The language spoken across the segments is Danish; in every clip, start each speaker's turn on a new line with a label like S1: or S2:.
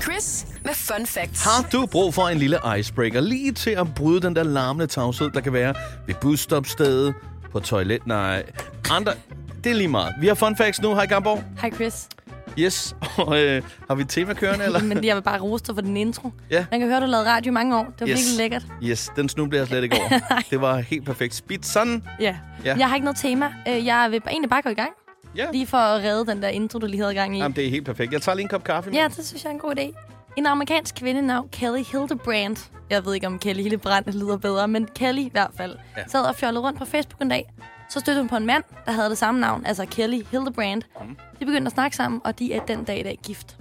S1: quiz med fun facts.
S2: Har du brug for en lille icebreaker lige til at bryde den der larmende tavshed, der kan være ved busstopstedet, på toilet? Nej. Andre... Det er lige meget. Vi har fun facts nu. Hej, Gamborg.
S3: Hej Chris.
S2: Yes. Og øh, har vi et tema kørende, eller?
S3: Men jeg vil bare rose dig for den intro.
S2: Ja.
S3: Man kan høre, du har lavet radio i mange år. Det var yes. virkelig lækkert.
S2: Yes, den snublede jeg slet ikke over. det var helt perfekt. Spid sådan.
S3: Ja.
S2: Ja.
S3: ja. Jeg har ikke noget tema. Øh, Jeg vil egentlig bare gå i gang.
S2: Ja.
S3: Lige for at redde den der intro, du lige havde gang i.
S2: Jamen, det er helt perfekt. Jeg tager lige en kop kaffe.
S3: Ja, det synes jeg er en god idé. En amerikansk kvinde navn Kelly Hildebrand. Jeg ved ikke, om Kelly Hildebrand lyder bedre, men Kelly i hvert fald.
S2: Ja.
S3: Ja. Sad og fjollede rundt på Facebook en dag. Så stødte hun på en mand, der havde det samme navn, altså Kelly Hildebrand.
S2: Mm.
S3: Mm. De begyndte at snakke sammen, og de er den dag i dag gift.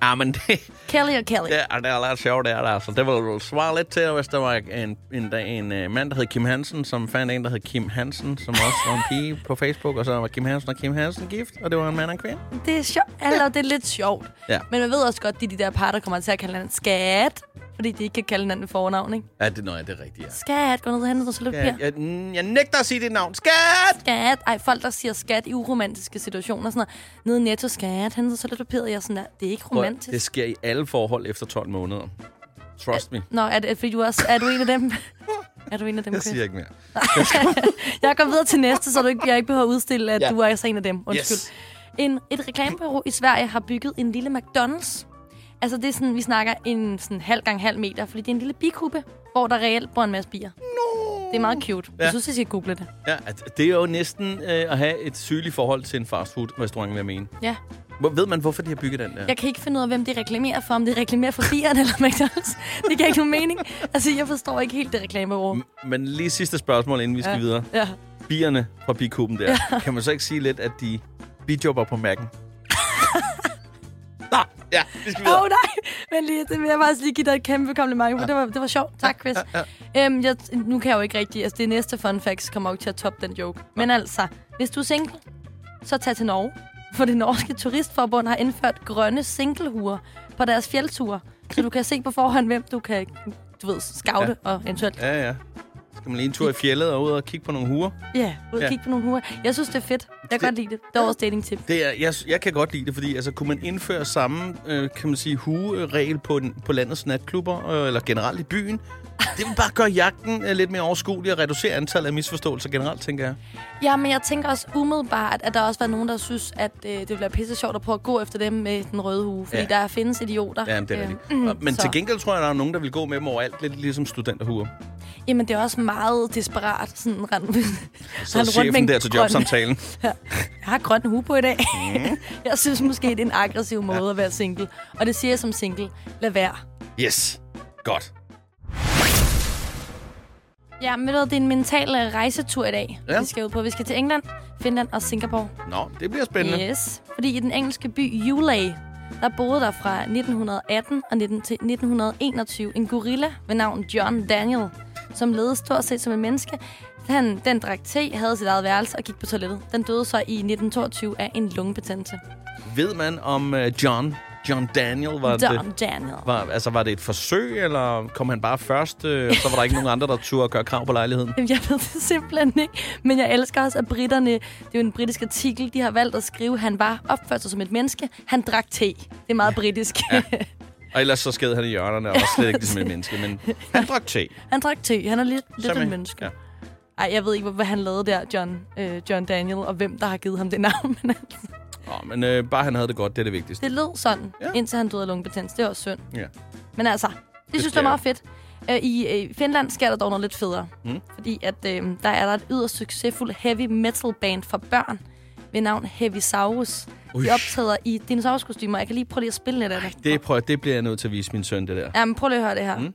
S2: Ah, men det,
S3: Kelly og Kelly.
S2: det, er, det er lidt sjovt, det er der. Altså, det ville jo svare lidt til, hvis der var en, en, dag en øh, mand, der hed Kim Hansen, som fandt en, der hed Kim Hansen, som også var en pige på Facebook, og så var Kim Hansen og Kim Hansen gift, og det var en mand og en kvinde.
S3: Det er sjovt. Eller det er lidt sjovt.
S2: Ja.
S3: Men man ved også godt, at de, de der par, der kommer til at kalde hinanden skat. Fordi de ikke kan kalde hinanden fornavn, ikke?
S2: Ja, det, nej, det er rigtigt, ja.
S3: Skat, gå ned og hente noget
S2: Ja,
S3: sølvpapir.
S2: jeg, jeg, mm, jeg nægter at sige dit navn. Skat!
S3: Skat. Ej, folk, der siger skat i uromantiske situationer. Sådan noget. Nede i netto, skat, hente noget sølvpapir. Jeg er sådan der. Det er ikke romantisk.
S2: Det sker i alle forhold efter 12 måneder. Trust me.
S3: Nå, er, det, fordi du også, er du en af dem? er du en af dem,
S2: Jeg
S3: Chris?
S2: siger ikke mere.
S3: Jeg går videre til næste, så du ikke, jeg ikke behøver at udstille, at
S2: Ja.
S3: ja. du er altså en af dem. Undskyld.
S2: Yes.
S3: Yes. En, et reklamebureau i Sverige har bygget en lille McDonald's. Altså, det er sådan, vi snakker en sådan halv gang halv meter, fordi det er en lille bikube, hvor der reelt bor en masse bier.
S2: No.
S3: Det er meget cute. Ja.
S2: Ja.
S3: Jeg synes, I skal google det.
S2: Ja, at- det er jo næsten øh, at have et sygeligt forhold til en fastfood-restaurant, vil jeg mene.
S3: Ja.
S2: Hvor, ved man, hvorfor de har bygget den der?
S3: Jeg kan ikke finde ud af, hvem de reklamerer for, om de reklamerer for bierne eller McDonald's. Det giver ikke nogen mening. Altså, jeg forstår ikke helt det reklamebureau.
S2: M- Men lige sidste spørgsmål, inden vi skal
S3: Ja.
S2: videre.
S3: Ja.
S2: Bierne fra bikuben der. Ja. Kan man så ikke sige lidt, at de bijobber på mærken? Nå, ja, vi skal
S3: Åh
S2: videre.
S3: oh, nej, men lige, det vil jeg faktisk lige give dig et kæmpe kompliment for. Det var, det var sjovt. Tak, Chris. Øhm, jeg, nu kan jeg jo ikke rigtig... Altså, det næste fun facts kommer jo ikke til at toppe den joke. Men altså, hvis du er single, så tag til Norge. For det norske turistforbund har indført grønne singlehuer på deres fjeldture. Så du kan se på forhånd, hvem du kan du ved, scoute ja. og eventuelt
S2: Ja, ja. Skal man lige en tur i fjellet og ud og kigge på nogle huer?
S3: ja, ud og
S2: Ja.
S3: kigge på nogle huer. Jeg synes, det er fedt. Jeg kan
S2: Det-
S3: godt lide det. Det er vores dating-tip.
S2: Det er, jeg, jeg kan godt lide det, fordi altså, kunne man indføre samme øh, kan man sige, hueregel på, den, på landets natklubber, øh, eller generelt i byen, det vil bare gøre jagten øh, lidt mere overskuelig og reducere antallet af misforståelser generelt, tænker jeg.
S3: Ja, men jeg tænker også umiddelbart, at der også var nogen, der synes, at øh, det ville være pisse sjovt at prøve at gå efter dem med den røde hue. Fordi
S2: Ja.
S3: ja. der findes idioter.
S2: Ja, men det er
S3: Øh,
S2: rigtigt. Men
S3: så-
S2: til gengæld tror jeg, der er nogen, der vil gå med dem overalt, lidt ligesom studenterhuer.
S3: Jamen, det er også meget desperat. Sådan, rend,
S2: Så chefen der til jobsamtalen.
S3: Jeg har grøn hue på i dag. jeg synes måske, det er en aggressiv måde at være single. Og det siger jeg som single. Lad være.
S2: Yes. Godt.
S3: Ja, men ved du hvad, det er en mental øh, rejsetur i dag,
S2: Ja.
S3: ja. vi skal ud på. Vi skal til England, Finland og Singapore.
S2: Nå, det bliver spændende.
S3: Yes, fordi i den engelske by Ulay, der boede der fra 1918 og 19 til 1921 en gorilla ved navn John Daniel, som levede stort set som en menneske. Han, den drak te, havde sit eget værelse og gik på toilettet. Den døde så i 1922 af en lungebetændelse.
S2: Ved man om øh, John, John Daniel, var det...
S3: John Daniel.
S2: Var, altså, var det et forsøg, eller kom han bare først, øh, og så var der ikke nogen andre, der turde gøre krav på lejligheden?
S3: Jamen, Jeg ved det simpelthen ikke, men jeg elsker også, at britterne, det er jo en britisk artikel, de har valgt at skrive, han var opført sig som et menneske, han drak te. Det er meget britisk.
S2: Og ellers så sked han i hjørnerne, og var slet ikke som et menneske, men han drak te.
S3: han drak te, han er lidt, lidt
S2: Som-
S3: en menneske.
S2: ja.
S3: Ja. Ej, jeg ved ikke, hvad- hvad han lavede der, John, øh, John Daniel, og hvem der har givet ham det navn. Men altså,
S2: Nå, men øh, bare han havde det godt, det er det vigtigste.
S3: det lød sådan,
S2: Ja.
S3: ja. indtil han døde af lungebetændelse. Det var også synd.
S2: Ja.
S3: Men altså, det, det synes jeg
S2: sker.
S3: er meget fedt. Øh, I øh, Finland sker der dog noget lidt federe.
S2: Mm.
S3: Mm. Fordi at, øh, der er der et yderst succesfuldt heavy metal band for børn ved navn Heavy Saurus.
S2: Ui.
S3: De optræder i dinosaurskostymer. Jeg kan lige prøve lige at spille lidt af det.
S2: Det, prøv, det bliver jeg nødt til at vise min søn, det der.
S3: Jamen, prøv lige at høre det her.
S2: Mm.
S3: Mm.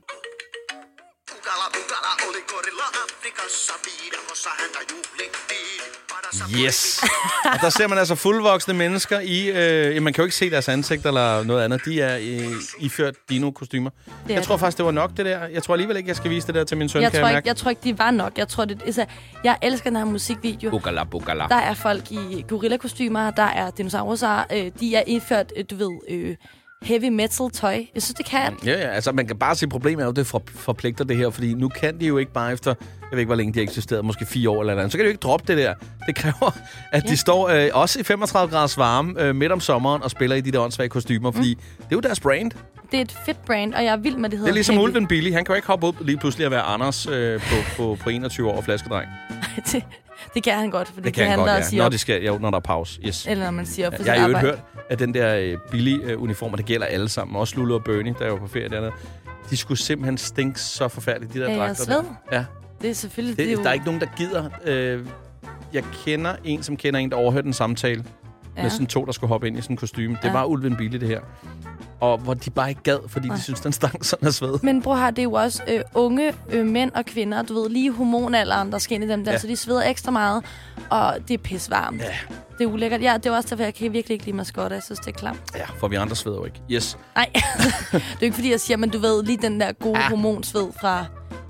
S4: Kukala, kukala oli korilla Afrikassa viidakossa häntä juhlittiin. Padassa
S2: Yes. Og der ser man altså fuldvoksne mennesker i... Øh, ja, man kan jo ikke se deres ansigter eller noget andet. De er øh, iført dino-kostymer.
S3: er
S2: Jeg tror
S3: det.
S2: faktisk, det var nok det der. Jeg tror alligevel ikke, jeg skal vise det der til min søn,
S3: Jeg,
S2: kan
S3: tror
S2: jeg
S3: ikke,
S2: mærke.
S3: jeg tror ikke, de var nok. Jeg tror, det, altså, jeg elsker den her musikvideo.
S2: Bugala, bugala.
S3: Der er folk i gorillakostymer, der er dinosaurer, øh, de er indført, øh, du ved, øh, heavy metal tøj. Jeg synes, det kan
S5: Mm.
S2: Ja, ja, altså man kan bare se, problemet er jo, det for, forpligter det her, fordi nu kan de jo ikke bare efter, jeg ved ikke, hvor længe de har eksisteret, måske fire år eller andet, så kan de jo ikke droppe det der. Det kræver, at ja. de står øh,
S3: Mm.
S2: også i 35 graders varme øh, midt om sommeren og spiller i de der åndssvage kostymer, fordi det er jo deres brand.
S3: det er et fedt brand, og jeg er vild med, det hedder
S5: Det er ligesom
S3: Peggy.
S5: Ulven Billy. Han kan jo ikke hoppe ud lige pludselig at være Anders øh, på, på, på 21 år og flaskedreng. Det,
S3: det, det kan han godt, for det,
S5: det kan han godt,
S3: da
S5: ja.
S3: at sige
S5: Når,
S3: op.
S5: det skal, jo, når der er pause. Yes.
S3: Eller når man siger op for
S5: Jeg
S3: sit
S5: har jo
S3: arbejde.
S5: hørt, at den der øh, billige øh, uniformer, det gælder alle sammen. Også Lulu og Bernie, der er jo på ferie dernede. De skulle simpelthen stinke så forfærdeligt, de der
S3: Ja, jeg
S5: dragter. der.
S3: sved.
S5: Ja,
S3: Det er selvfølgelig...
S5: det,
S3: Det,
S5: det, der er ikke nogen, der gider. Øh, jeg kender en, som kender en, der overhørte en samtale ja. med sådan to, der skulle hoppe ind i sådan en kostume. Det
S3: Ja.
S5: var Ulven Billy, det her. Og hvor de bare ikke gad, fordi de synes den stank sådan af sved.
S3: Men bror her, det er jo også øh, unge øh, mænd og kvinder, du ved, lige i hormonalderen, der skal ind i dem der,
S5: Ja.
S3: ja. så de sveder ekstra meget, og det er pisvarmt.
S5: Ja.
S3: Det er ulækkert. Ja, det er også derfor, jeg kan virkelig ikke lide maskotte. Jeg synes, det er klamt.
S5: Ja, for vi andre sveder jo ikke. Yes.
S3: Nej, det er jo ikke, fordi jeg siger, men du ved, lige den der gode
S5: Ah.
S3: ah. hormonsved fra,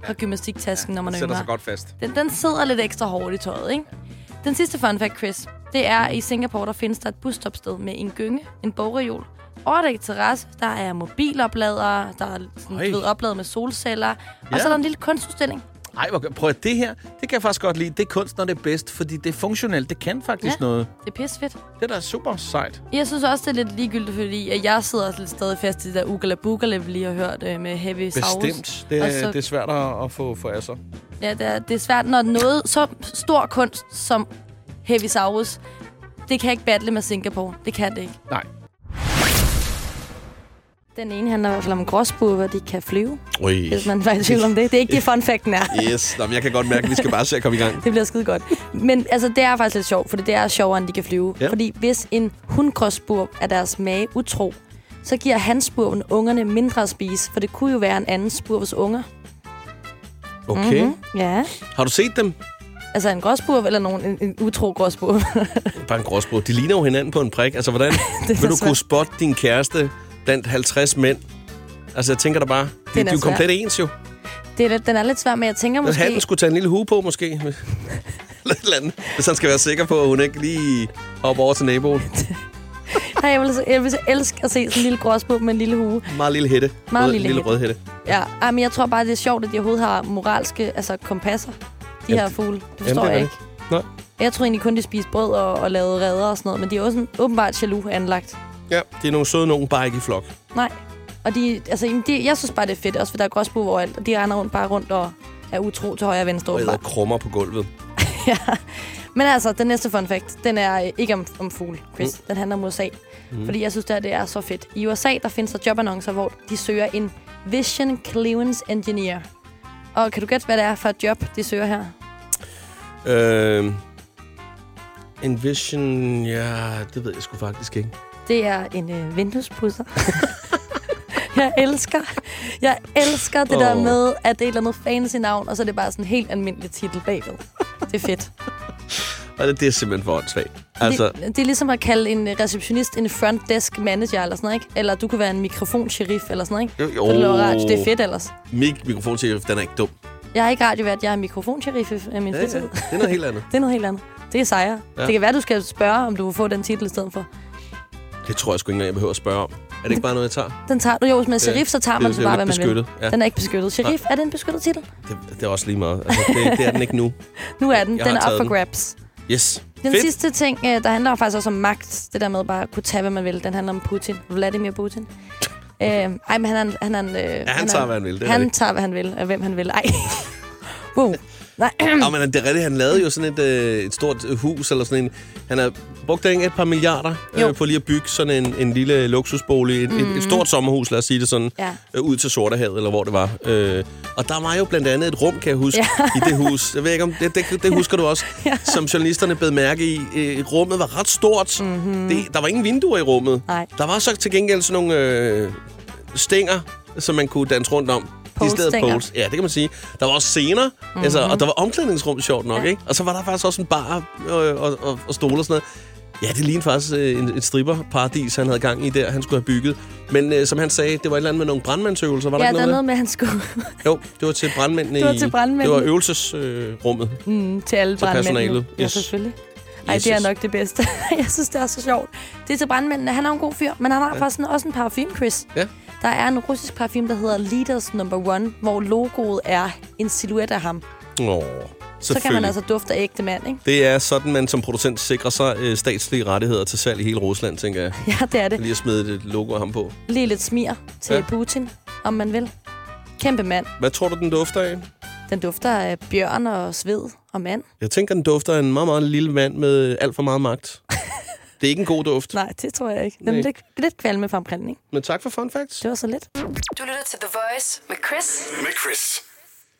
S3: fra gymnastiktasken, når man
S5: sætter
S3: yngre.
S5: sig godt fast.
S3: Den, den sidder lidt ekstra hårdt i tøjet, ikke? Den sidste fun fact, Chris, det er, i Singapore, der findes der et busstopsted med en gynge, en bogreol, overdækket terrasse, der er mobilopladere, der er sådan,
S5: Ej.
S3: du ved, opladet med solceller, ja.
S5: Ja.
S3: og så er der en lille kunstudstilling.
S5: Ej, hvor, gør- prøv at det her, det kan jeg faktisk godt lide. Det er kunst, når det er bedst, fordi det er funktionelt. Det kan faktisk ja.
S3: Ja.
S5: noget.
S3: Det er pissefedt.
S5: Det er da super sejt.
S3: Jeg synes også, det er lidt ligegyldigt, fordi at jeg sidder også lidt stadig fast i det der Ugala Bugala, vi lige har hørt øh, med Heavy Saurus.
S5: Bestemt. Det,
S3: Og
S5: er,
S3: så-
S5: det er svært at at få for asser.
S3: Ja, det er, det er svært, når noget så stor kunst som Heavy Saurus, det kan ikke battle med Singapore. Det kan det ikke.
S5: Nej.
S3: Den ene handler i hvert fald om gråsbue, hvor de kan flyve,
S2: Ui.
S3: hvis man var i tvivl om det. Det er ikke det, fun facten er.
S2: Yes, Nå, men jeg kan godt mærke, at vi skal bare se at komme i gang.
S3: Det bliver skide godt. Men altså, det er faktisk lidt sjovt, for det er sjovere, end de kan flyve.
S5: Ja.
S3: Ja. Fordi hvis en hundgråsbur er deres mage utro, så giver hansburven ungerne mindre at spise, for det kunne jo være en anden spurves unger. Mhm.
S2: Okay.
S5: Mhm.
S2: Mm-hmm.
S3: Ja.
S2: Har du set dem?
S3: Altså en gråsbur eller nogen, en, en utro gråsbur.
S2: Bare en gråsbro. De ligner jo hinanden på en prik. Altså, hvordan
S3: så
S2: vil du kunne
S3: svært.
S2: spotte din kæreste blandt 50 mænd? Altså, jeg tænker da bare, de,
S3: Den
S2: de
S3: er
S2: er jo
S3: svær.
S2: komplet ens jo.
S3: det er, lidt- den er lidt svær, men jeg tænker
S2: Måske...
S3: måske...
S2: Han skulle tage en lille hue på, måske. Eller et eller andet. Hvis han skal være sikker på, at hun ikke lige hopper over til naboen.
S3: Nej, jeg vil, så- jeg vil så elske at se sådan en lille gråsbog med en lille hue.
S2: Meget lille hætte.
S3: Meget
S2: Rød-
S3: lille
S2: lille
S3: hætte.
S2: rød hætte.
S3: Ja, ej, men jeg tror bare, det er sjovt, at de overhovedet har moralske altså, kompasser, de
S2: Jamen,
S3: her fugle. Det forstår
S2: det er
S3: jeg
S2: det.
S3: ikke.
S2: Nej.
S3: Jeg tror egentlig kun, de spiste brød og, og lavede redder og sådan noget, men de er også sådan, åbenbart jaloux anlagt.
S2: Ja, det er nogle søde nogen, bare ikke i flok.
S3: Nej. Og de, altså, jamen, de, jeg synes bare, det er fedt, også for der er gråsbog overalt, og de render rundt bare rundt og er utro til højre og venstre.
S2: Og æder
S3: åbenbart.
S2: krummer på gulvet.
S3: Men altså, den næste fun fact, den er øh, ikke om, om fugle, Chris. Mm. Den handler om USA. Mm. Fordi jeg synes, det, her, det er så fedt. I USA, der findes der jobannoncer, hvor de søger en Vision Clearance Engineer. Og kan du gætte, hvad det er for et job, de søger her?
S2: Øh, Envision, ja, det ved jeg sgu faktisk ikke.
S3: Det er en øh, vinduespudser. jeg elsker, jeg elsker det oh. der
S2: Åh.
S3: med, at det er et eller andet fancy navn, og så er det bare sådan en helt almindelig titel bagved. Det er fedt.
S2: Og det, det er simpelthen for åndssvagt. Altså,
S3: Det, det er ligesom at kalde en øh, receptionist en front desk manager eller sådan noget, ikke? Eller du kunne være en mikrofonsheriff eller sådan noget,
S2: Jo,
S3: ikke?
S2: jo.
S3: Så Det, lyder rart. det er fedt ellers.
S2: mik mikrofon til, den er ikke dum.
S3: Jeg har ikke radiovært, jeg er mikrofonsheriff af min
S2: Ja,
S3: ja,
S2: ja,
S3: fritid.
S2: det er noget helt andet.
S3: Det er noget helt andet. Det er sejre.
S2: Ja.
S3: Ja. Det kan være, du skal spørge, om du vil få den titel i stedet for.
S2: Det tror jeg sgu ikke engang, jeg behøver at spørge om. Er det ikke bare noget, jeg tager?
S3: Den tager du jo, hvis man er sheriff, så tager
S2: det er
S3: man
S2: jo
S3: så bare, hvad
S2: lidt
S3: man vil.
S2: beskyttet, ja.
S3: Den er ikke beskyttet. Sheriff, er det en beskyttet titel?
S2: Det, det er også lige meget. Altså, det, det er den ikke nu.
S3: Nu er den.
S2: Jeg
S3: Den
S2: har
S3: er op
S2: taget
S3: for
S2: den.
S3: grabs.
S2: Yes.
S3: Den
S2: Fedt.
S3: sidste ting, øh, der handler faktisk også om magt. Det der med bare at kunne tage, hvad man vil. Den handler om Putin. Vladimir Putin. Øh, ej, men han er en... Han er en, øh, ja,
S2: han tager, hvad han vil, det er
S3: Han
S2: rigtigt.
S3: tager, hvad han vil, og hvem han vil. Ej. wow. Nej.
S2: Nå, men det er rigtigt. Han lavede jo sådan et, øh, et stort øh, hus, eller sådan en... Han har brugt ikke et par milliarder
S3: Jo.
S2: øh, på lige at bygge sådan en, en lille luksusbolig. Et, mm. et, et stort sommerhus, lad os sige det sådan.
S3: Ja.
S2: Øh, ud til Sortehavet, eller hvor det var. Øh, og der var jo blandt andet et rum, kan jeg huske, ja. i det hus. Jeg ved ikke, om det, det, det husker du også, ja. som journalisterne bed mærke i. Øh, rummet var ret stort. Mm-hmm. Det, der var ingen vinduer i rummet.
S3: Mhm. Nej.
S2: Der var så til gengæld sådan nogle øh, stænger, som man kunne danse rundt om.
S3: Polestænger.
S2: poles. Ja, det kan man sige. Der var også scener,
S3: Mhm.
S2: mm-hmm. altså, og der var omklædningsrum, sjovt nok, ja. ikke? Og så var der faktisk også en bar øh, og, og, og stole og sådan noget. Ja, det lignede faktisk øh, en, et stripperparadis, han havde gang i der, han skulle have bygget. Men øh, som han sagde, det var et eller andet med nogle brandmandsøvelser, var der
S3: Ja,
S2: ikke
S3: der er
S2: noget, af
S3: noget med, at han skulle
S2: det? Jo, det var til brandmændene
S3: Det var
S2: i-
S3: til brandmændene.
S2: Det var øvelsesrummet. Øh,
S3: mm, til alle
S2: Til
S3: brandmændene.
S2: personalet,
S3: Ja,
S2: yes.
S3: selvfølgelig. Ej,
S2: Yes,
S3: det er
S2: yes.
S3: nok det bedste. jeg synes, det er så sjovt. Det er til brandmændene. Han er jo en god fyr, men han har ja. faktisk også en parfume, Chris.
S2: Ja.
S3: Der er en russisk parfume, der hedder Leaders Number One, hvor logoet er en silhuet af ham.
S2: Åh,
S3: så kan man
S2: Selvfølgelig.
S3: altså dufte af ægte mand, ikke?
S2: Det er sådan, man som producent sikrer sig øh, statslige rettigheder til salg i hele Rusland, tænker jeg.
S3: Ja, det er det.
S2: Lige at smide et logo af ham på.
S3: Lige lidt smir til
S2: Ja.
S3: ja. Putin, om man vil. Kæmpe mand.
S2: Hvad tror du, den dufter af?
S3: Den dufter af bjørn og sved og mand.
S2: Jeg tænker, den dufter af en meget, meget lille mand med alt for meget magt. Det er ikke en god duft.
S3: Nej, det tror jeg ikke. Den
S2: Nej.
S3: er lidt, lidt kvalme fremkaldning.
S2: Men tak for fun facts.
S3: Det var så lidt.
S6: Du lytter til The Voice med Chris.
S4: Med Chris.